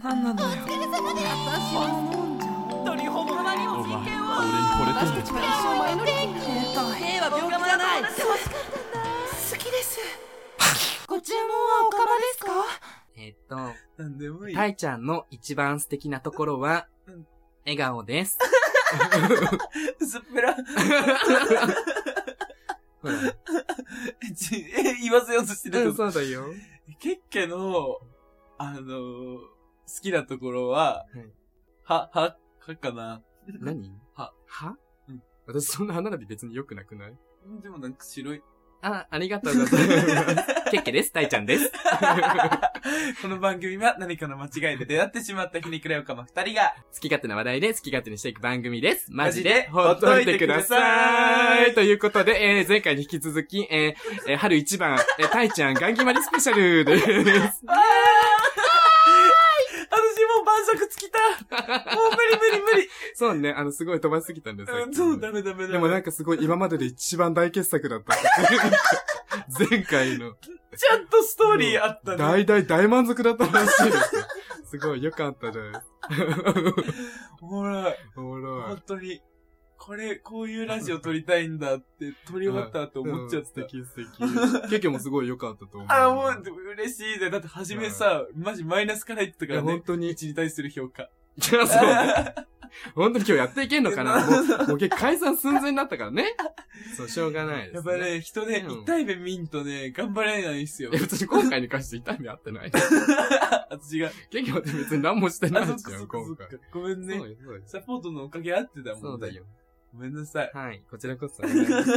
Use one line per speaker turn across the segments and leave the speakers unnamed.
何なのよ
お疲れ様です
私は飲んじゃおう
本当にほぼまにも
お前
人権を
俺に惚れてん
私
の
たちは一生前乗り切れた兵は病気じゃない
我慢
好きですご注文はおかまですか
えっと、
なんでもいい。
たいちゃんの一番素敵なところは
うん、
笑 顔です。
薄っぺら。
ほら。
ちえ、言わせようとしてるけど。
そうだよ。
ケッケの、あのー、好きなところは、
はい
は、は、はかな。
何
は。
は
うん
私そんな歯並び別に良くなくない
んでもなんか白い。
あ、ありがとうございます。 ケッケです。たいちゃ んです。
この番組は何かの間違いで出会ってしまったひねくれおかま二人が、
好き勝手な話題で好き勝手にしていく番組です。マジ
マジ
で
で、
ほっといてくださ
ほっといてくださ
い。
い
ということで、えー前回に引き続き、えーえー春一番、えー、たいちゃん、ガンギマリスペシャルです。
あーあ私もう晩酌尽きたもう無理無理
そうね、あの、すごい飛ばしすぎたんです
無理うんそう、ダメダメダメ。
でもなん
か、
かすごい今までで一番大傑作 だった。前回の。
ちゃんとストーリーあったね。
大大大満足だったらしいですよ。すごい良かったです。
おもろい。
おもろ
本当に、これ、こういうラジオ撮りたいんだって、撮り終わった
い。
後思っちゃってた
うん。素敵素敵。ケケもすごい良かったと思う。
あー、もう、でも嬉しいね。だって、初めさ、マジマイナスから言ってた
い
から
や、本
ね。
当に。い
位置に対する評価。
や、 そう。本当に今日やっていけんの かなもう、もう結構解散寸前になったからね。そう、しょうがないです、
やっぱり。ね、人ね、
うん
痛い目見んとね、頑張れないんすよ
え、。私今回に関して痛い目あって ない。
私が。
ケケは別に何もして な
あ、
い
そっ
じ
か
ゃ
そっ
ん、
かそ
今
っか
回。。
ごめん
そう
ね。
よそうよ
サポートのおかげあってたもんね。
そうだよ。
ごめんなさい。
はい、こちらこそ。ありがとう。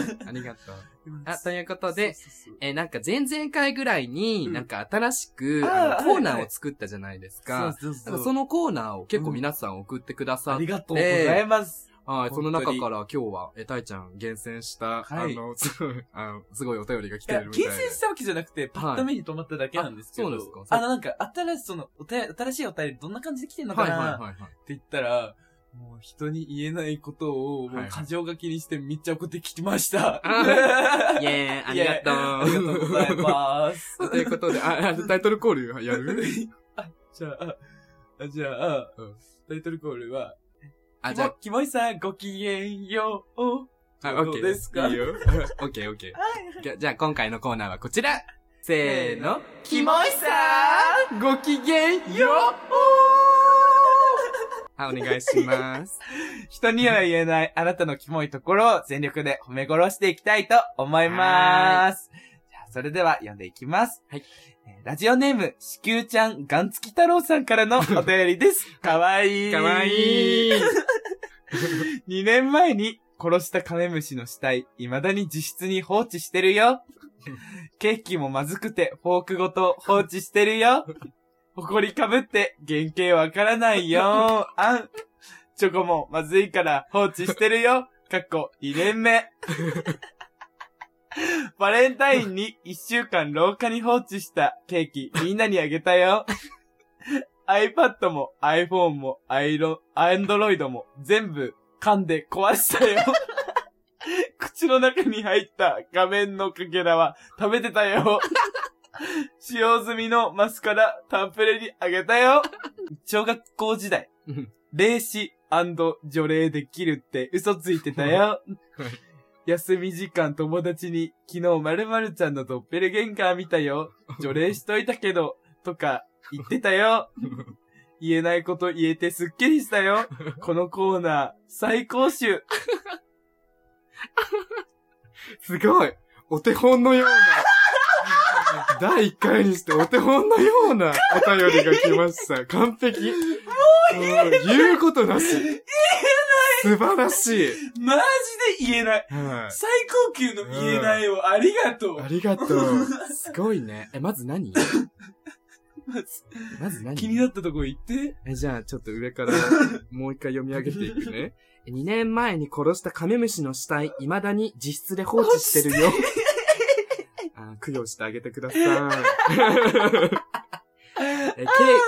あ、と
う
いうことで、
そうそうそう
えーなんか前々回ぐらいに、
うん
なんか新しく、
あー
あのコーナーを作ったじゃないですか。
そうそう
なん
そう
かそのコーナーを結構皆さん送ってくださ
あ
って、
りがとうございます。
はい、その中
本
か
当
ら今日は、えー、たいちゃん厳選した、
はい
あの、すごい、あの、すごいお便りが来
い
て
や、
るみたいで
厳。選したわけじゃなくて、パッと目に止まっただけなんですけど。
あそうですか
あの、なんか、新しい、その、おた新しいお便りどんな感じで来てんのか
はい
な、
はいはいは
っ
い。
て言ったら、もう人に言えないことを、
は
も
いうはい
過剰書きにしてめっちゃ送ってきました。
あイェーイ、あ
イエーイ
りが
ありが
と
とう
う。
ござい ます。
ということで、あ、あタイトルコール やる
あ、じゃあ、あじゃあ、
うん
タイトルコールは、
あ、
キ
じ
モ
ゃ
キモいさんごきげんよう。
あ、あ、
どう
オッケー。
ですか
いいよ。 オッケーオッケー。じゃあ、じゃあ今回のコーナーはこちらせーの。
キモいさ
んごきげんよあ、お願いします。
人には言えないあなたのキモいところを全力で褒め殺していきたいと思います。じゃあ、それでは読んでいきます。
はい
えー。ラジオネーム、子宮ちゃんガンツキ太郎さんからのお便り です。かわいい。
かわいい。
2年前に殺したカメムシの死体、未だに自室に放置してるよ。ケーキもまずくてフォークごと放置してるよ。ほこりかぶって原型わからないよ。あん。チョコもまずいから放置してるよ。かっこ2年目。バレンタインに1週間廊下に放置したケーキみんなにあげたよ。iPad も iPhone もアイロン、Android も全部噛んで壊したよ。 口の中に入った画面のかけらは食べてたよ。使用済みのマスカラタンプレにあげたよ。小学校時代
うん、
霊視除霊できるって嘘ついてた よ。休み時間友達に昨日〇〇ちゃんのドッペルゲンガー見たよ。除霊しといたけど、とか言ってたよ。 言えないこと言えてすっきりしたよ。このコーナー、最高集。
すごい。お手本のような。第1回にしてお手本のようなお便りが来ました。完璧。もう言えない。言うことなし。言えない。素晴らしい。
マジで言えない。
は
最高級の言えないをありがとう。
い。ありがとう。すごいね。え、まず何
まず
まず何
気になったとこ行って。
えじゃあ、ちょっと上から、もう一回読み上げていくね。2年前に殺したカメムシの死体、未だに自室で放置してるよ。あー供養してあげてください。えケー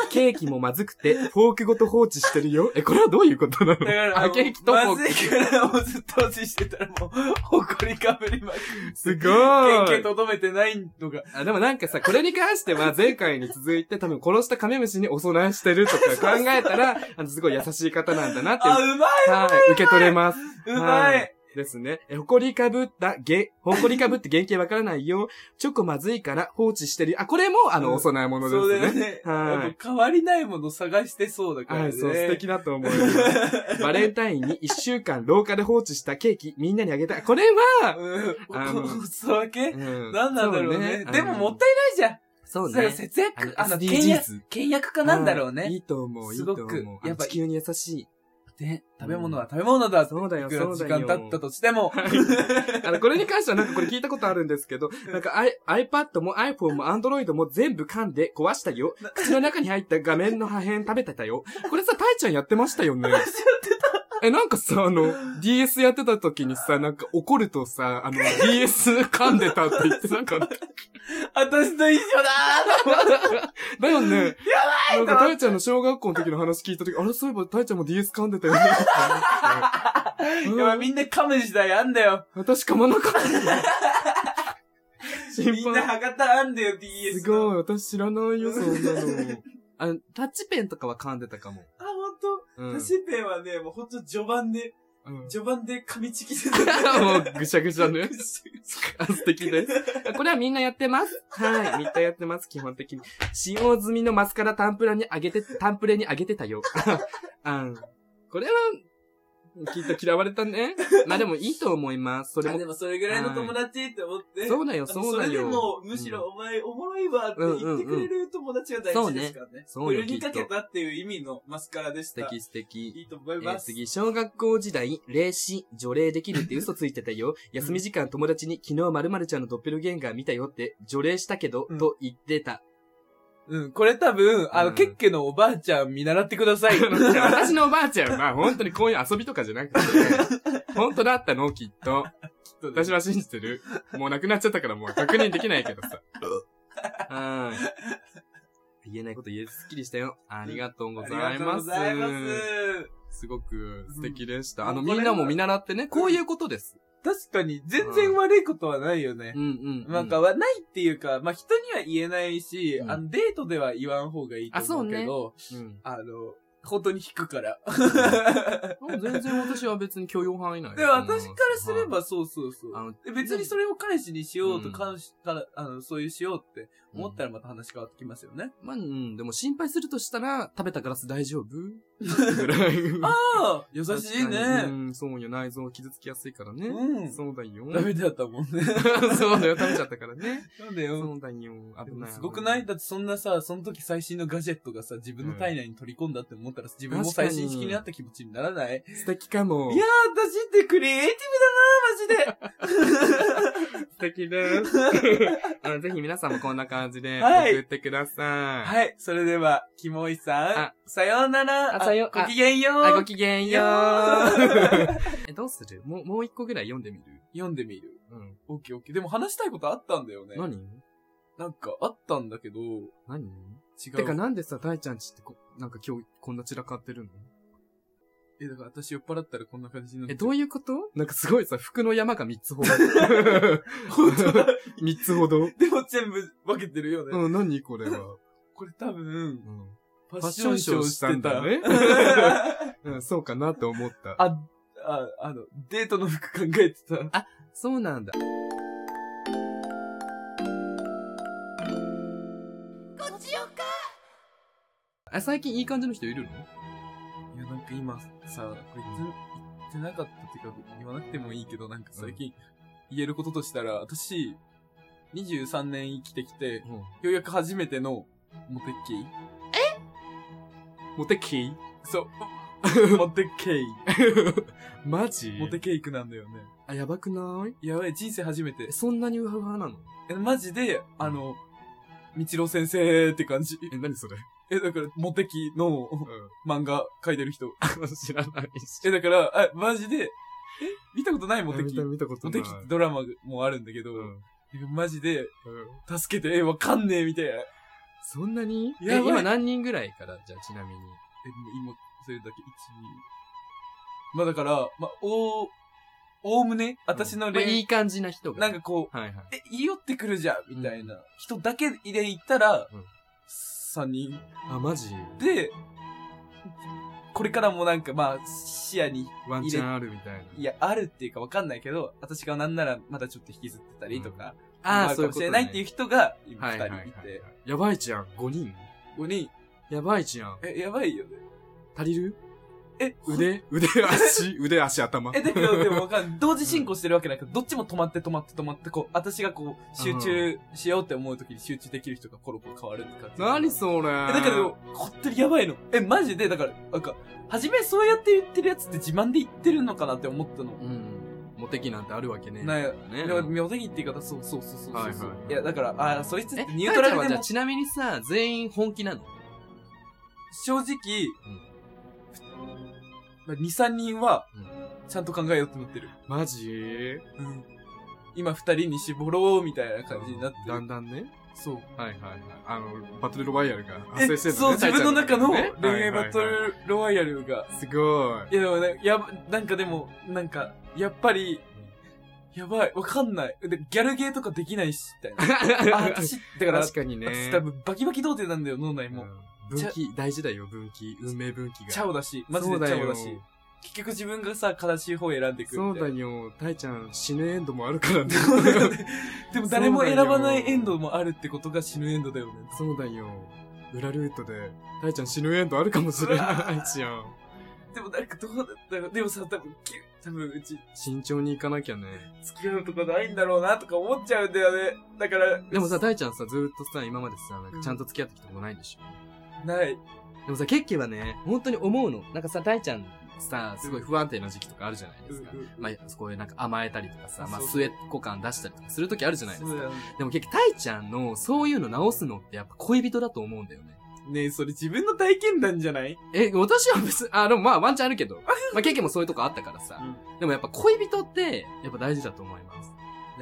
ケーキもまずくて、フォークごと放置してるよ。え、これはどういうことなの
だから、
あ、ケーキとフォ
ま
ーク。
ずいから、もうずっと放置してたらもう、誇りかぶりまく
すご
って、
ー
県
い
警とどめてないのが、
あでもなんかさ、これに関しては前回に続いて多分殺したカメムシにお供えしてるとか考えたら、あの、すごい優しい方なんだなって
あ、うまい
はい、受け取れます。
うま
はいですね。え、誇りかぶった、げ、誇りかぶって原型わからないよ。チョコまずいから放置してる。あ、これも、あ
うん
の、お供え物
そうだ
で
よ
すね。
ね。
はい
やっぱ変わりないもの探してそうだからね。
はい、そう、素敵だと思います。 バレンタインに一週間廊下で放置したケーキ、みんなにあげたい。これは、
うん。
あ
お
の
お裾分け
うん
なんなんだろうね。でももった
い
いないじゃ
そ
ん。
う
だから
ね。
節約、あの、倹約、
SDGs。
倹約家なんだろう
はいい
ね。
いと思う、いい
す
と
ご
思
く
う。あ
やっ
の
ぱ
地球に優しい。
で、食べ物は食べ物だ。
そうだ
い
よ、
くら
そう
時
だよ。
間経ったとしても。
あの、これに関してはなんかこれ聞いたことあるんですけど、なんか I、iPad も iPhone も Android も全部噛んで壊したよ。口の中に入った画面の破片食べてたよ。これさ、タイちゃんやってましたよね。え、なんかさ、あの、DS やってた時にさ、なんか怒るとさ、あの、DS 噛んでたって言ってなかった。
私と一緒だ
だよね。
ー
なんか、タイちゃんの小学校の時の話聞いた時、あれ、そういえばタイちゃんも DS 噛んでたよね。
いや、まあみんな噛む時代あんだよ。
私噛まなかった。心
みんな博多あんだよ、DS。
すご
い。
い、私知らないよ、そんな の。あの、タッチペンとかは噛んでたかも。
あ、ほんと。
うん。
私ペンはね、もうほんと序盤で、
うん、も
序盤で噛みちぎって
う、ぐしゃぐしゃね。あ素敵です。これはみんなやってます。はい。みんなやってます、基本的に。使用済みのマスカラタンプラにあげて、タンプレにあげてたよ。 あん。これは、きっと嫌われたね。まあでもいいと思います。それ
あ
も
で。もそれぐらいの友達って思って。
そうだよ、
あの
そうだ
それで
よ。
も、むしろお前おもろいわって言ってくれる友達が大事ですからね。
そうねそうよ
振りにかけたっていう意味のマスカラでし
素
た。
敵素敵。
いいと思い
えー
ます。
次、小学校時代、霊視、除霊できるって嘘ついてた よ。休み時間友達に昨日〇〇ちゃんのドッペルゲンガー見たよって、除霊したけど、
うん
と言ってた。
うん、これ多分、あの、
うん
ケッケのおばあちゃん見習ってくださ い。
いや私のおばあちゃんは、本当にこういう遊びとかじゃなくて、 本当だったのきっと。私は信じてる。もう亡くなっちゃったからもう確認できないけど さ。うん。言えないこと言えずすっきりしたよ。ありがとうご
あ
ざ
りが
い
とう
ま
ご
す。
ざいます。
すごく素敵でした。
うん
あの、
もうこ
み
れ
んなも見習ってね、こういうことです。
確かに、全然悪いことはないよね
う。んうん、うん。
なんかはないっていうか、まあ、人には言えないし、
うん
あの、デートでは言わん方がいいと思うけど、
うん。
あの、本当に引くから。
もう全然私は別に許容範囲内
で、私からすれ
は
ばそうそうそ
あの
う。で別にそれを彼氏にしようと、
うん
彼氏から、あの、そういうしようって
い、
思ったらまた話変わってきますよね。
まあ、うん、でも心配するとしたら、食べたガラス大 丈夫ぐらい。
ああ優しい
確かに
ね。
うん、そうよ、内臓傷つきやすいからね。
うん
そうだよ。
ダメだったもんね。
そうだよ、食べちゃったからね。
なんだよ。
そうだよ、
で
危
も
ない。
すごくないだってそんなさ、その時最新のガジェットがさ、自分の体内に取り込んだって思ったら、自分も最新式になった気持ちにならない
素敵かも。
いやー、私ってクリエイティブだな
素 敵です。あのぜひ皆さんもこんな感じで、
はい
送ってくだ
マ
さ
ジではい、それでは、キモイさ
あ
ん、さようなら、
あさよう
あ
あ
ごきげんよ
い。あ、ご
う
きげんよ
ー
う。 え、どうするもう、もう一個ぐらい読んでみる
読んでみる。
うん。
オッケーオッケー。でも話したいことあったんだよね。
何
なんかあったんだけど、違
何
う。
てかなんでさ、大ちゃんちってこ、なんか今日こんな散らかってるの
え、だから私酔っ払ったらこんな感じになって
え、どう
い
いうことなんかすごいさ、服の山が3つほ ど。
う 本当だ。
3つほ ど。
でも全部分けてるよね。
うん、何これは。
これ多分
う、ん。
ファ
フ
ッ
ァッ
シ
シ
ョ
ョ
ン
ン
シ
シ
ョ
ョ
ー
ー
し
してた
た。
んだね うん、そうかなと思った。
あ、あ、あの、デートの服考えてた。
そうなんだ。
こっちよか
あ、最近いい感じの人いるの
いや、なんか今さ、これ言って言ってなかったっていうか、言わなくてもいいけど、なんか最近言えることとしたら、私、23年生きてきて、ようやく初めてのモテッキー
モテキー
そう。モテケイ。
マジ
モテケイクなんだよね。
あ、やばくない
やばい、人生初めて
え、。そんなにウハウハなの
え、マジで、あの、道郎先生って感じ。
え、何それ
え、だから、モテキの漫画描いてる人。
うん。 知らないし。
え、だから、あ、マジで、え、見たことないモテ
見
キ
た。見たこと
モ
な
テ
い。
キってドラマもあるんだけど、
うん。うん
マジで、助けて、え、わかんねえ、みたいな。
そんなにえ、
やばい
今何人ぐらいからじゃあちなみに。
え、今、それだけ、1、2。まあだから、まあ、おお、おむね、私の
まあい
恋
い感じな人が。
なんかこう、
はいはい。
え、言い寄ってくるじゃん、みたいな、人だけで行ったら、
うん
3人。
あ、マジ
で、これからもなんかまあ、視野に、
ワンチャンあるみたいな。
いや、あるっていうかわかんないけど、私がなんならまだちょっと引きずってたりとか、
ああ、
る
そ
か
ういう
もし
こと、ね。
れないっていう人が、今
はい
2
はい
人
はい
いて、
はい。やばいじゃん。5人
5人、
やばいじゃん。
え、やばいよね。
足りる
え、
腕腕足腕足頭。
え、だけど、でもわかんない。同時進行してるわけないから、どっちも止まって止まって止まって、こう、私がこう、集中しようって思うときに集中できる人がコロコロ変わるって感じ。
何それ
え、だけど、こってりやばいの。え、マジで、だから、なんか、初めそうやって言ってるやつって自慢で言ってるのかなって思ったの。
うん。モテ期なんてあるわけねえ。
なん
ね
や、
え。
でも、妙義って言い方、そうそうそうそうそう。
はいいはい
や、だから、あーそいつって
え、
ニ
ニ
ュ
ュ
ー
ー
ト
ト
ラ
ラ
ル
ル
で
は
も
じゃあちなみにさ、全員本気なの
正直、まあ、2、3人は
うん、
ちゃんと考えようと思ってる。
マジ
うん。今2人に絞ろう、みたいな感じになって
だ
る。
んだんね。
そう。
はいはいはい。あの、バトルロワイヤルが
え
発生してる
そう、
ね
自分の中の恋愛バ。
タイち
ト
ゃんはいはいはい
ルロワイヤルが。
すごい。
いや、でもね、やば、なんかでも、なんか、やっぱり、やばい、わかんない。で、ギャルゲーとかできないし、みたい な。 あ、私、だから、
確かにね
私。多分バキバキ童貞なんだよ、脳内
うん
も。
分岐、大事だよ、分岐。運命分岐が。
チャオだし、マジでチャオだし。結局自分がさ、悲しい方を選んでく
そうだ
る。
よ。タイちゃん、死ぬエンドもあるからね。
でも誰も選ばないエンドもあるってことが死ぬエンドだよね。
そうだよ。裏ルートで、タイちゃん死ぬエンドあるかもしれないじゃん。
でもなんかどうだったのでもさ、多分、きゅ多分うち、
慎重に行かなきゃね。
付き合うとかないんだろうなとか思っちゃうんだよね。だから、
でもさ、タイちゃんさ、ずーっとさ、今までさ、なん
う
か
ん
ちゃんと付き合ってきたことないんでしょ。
ない。
でもさ、ケッケはね、本当に思うの。なんかさ、タイちゃんさ、すごい不安定な時期とかあるじゃないですか
うんうん。
まあ、そこでなんか甘えたりとかさ、まあ、
そう
末っ子感出したりとかする時あるじゃないです
そう
か。
だよね
でも結局、タイちゃんのそういうの直すのってやっぱ恋人だと思うんだよね。
ねえ、それ自分の体験談じゃない
え、私は別に、あ、でもまあワンチャンあるけど。まあケーキもそういうとこあったからさ。でもやっぱ恋人って、やっぱ大事だと思います。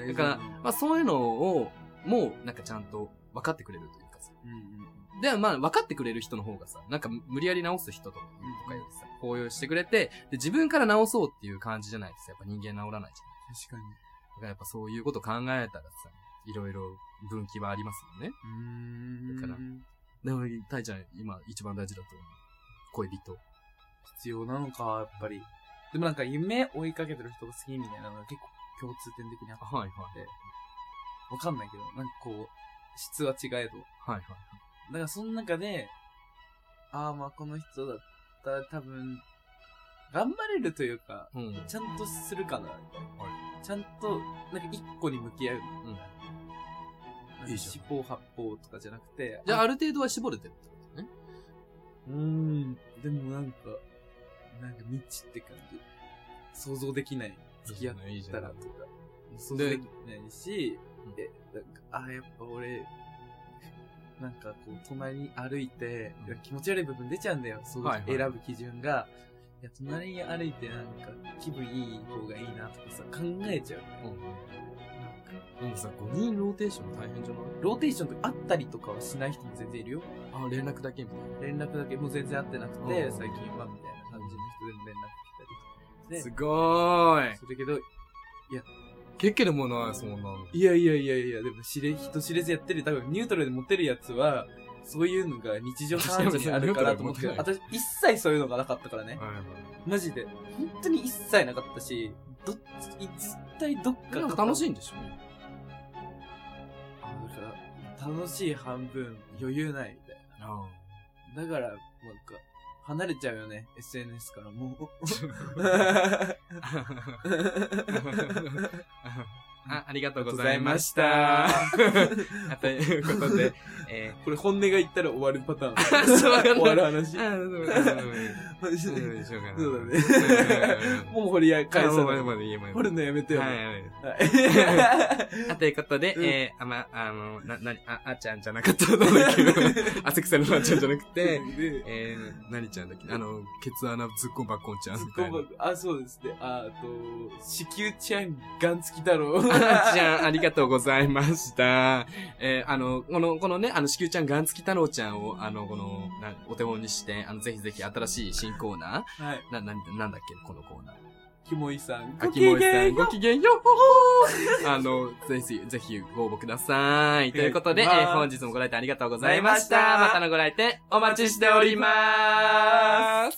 だから、まあそういうのを、もうなんかちゃんと分かってくれるというかさ。
うんうん
ではまあ分かってくれる人の方がさ、なんか無理やり直す人とかとかよりさ、抱擁してくれて、で自分から直そうっていう感じじゃないですやっぱ人間直らないじゃん。
確かに。
だからやっぱそういうこと考えたらさ、いろいろ分岐はありますよね。
うーん
だからでも、タイちゃん今一番大事だと思う。恋人。
必要なのか、やっぱり。でもなんか夢追いかけてる人が好きみたいなのが結構共通点的にあっ
はいはい。
わかんないけど、なんかこう、質は違えど。
はいはい。
だからその中で、ああまあこの人だったら多分、頑張れるというか、
うん。
ちゃんとするかな、ちゃんと、なんか一個に向き合う。
うん
なんか
いいじ
四方八方とかじゃなくて、
じゃあ、ある程度は絞れてるってことね。
うーん、でもなんか、なんか未知って感じ。想像できない。付き合っ
いいじ
た
ゃ
ら
ん
と。か。想像できないし
うん、
え、なんか、あーやっぱ俺、なんかこう、隣に歩いて、
うん
いや気持ち悪い部分出ちゃうんだよ。そう、
はいはい
選ぶ基準が。いや、隣に歩いてなんか気分いい方がいいなとかさ、考えちゃう。
うん。でもさ、5人ローテーション大変じゃない
ローテーションとかあったりとかはしない人も全然いるよ。
あ、連絡だけみたい
連絡だけもう全然会ってなく
う
て、
ん
最近はみたいな感じの人でも連絡来たりとか。
な。
です
ごーい。
するけど、
結構でもない、そんなの。
いやいやいやいや、でも知れ、人知れずやってる、多分ニュートラルでモテるやつは、そういうのが日常茶飯事にあるからと 思って
確、か
私一切そういうのがなかったからね。
はい。
マジで。本当に一切なかったし、どっち、絶対どっか
でも楽しいんでしょ
なんか楽しい半分余裕ないみたい
あ
な。だから、なんか、離れちゃうよね、SNS から もう。 あ
あ。あ、ありがとう
りがと
ご
うご
ざ
ざ
い
い
ま
ま
し
したた。。
ということで、え
これ本音が言ったら終わるパターン。
そう
終わる話
ー。。あ、そうだね。うんしょうがない。
そうだね。もう掘り返さ
ま
な
で
い。
まで言えま
掘るのやめてよ。
は
はい
いはい。
は
あということで、
うん
えー、あま、あの、な、なに、あ、あちゃんじゃなかったんだけど、浅草のあちゃんじゃなくて、
で、
えー、何ちゃんだっけあの、ケツ穴ズッコンバッコンちゃん
突っ
みたいな。
込むあ、そうですね。ああと、子宮ちゃん、ガン付き太郎。
ちゃん、ありがとうございました。えーあの、この、このね、あの、子宮ちゃん、ガン付き太郎ちゃんを、あの、この、なお手本にして、あの、ぜひぜひ新しい新コーナ
はい。
ーな、なん、なんだっけ、このコーナー。
キモイさん、
あ
ご
き
き
もい
げ
さ
ん
ん、
よ
ごきげんようあの、ぜひ、ぜひご応募ください。ということで、え
お願いし
ー
ます
本日もご来店ありがとうございまし
ありが
た。
とうございま
ま
した
たのご来店お待ちしております。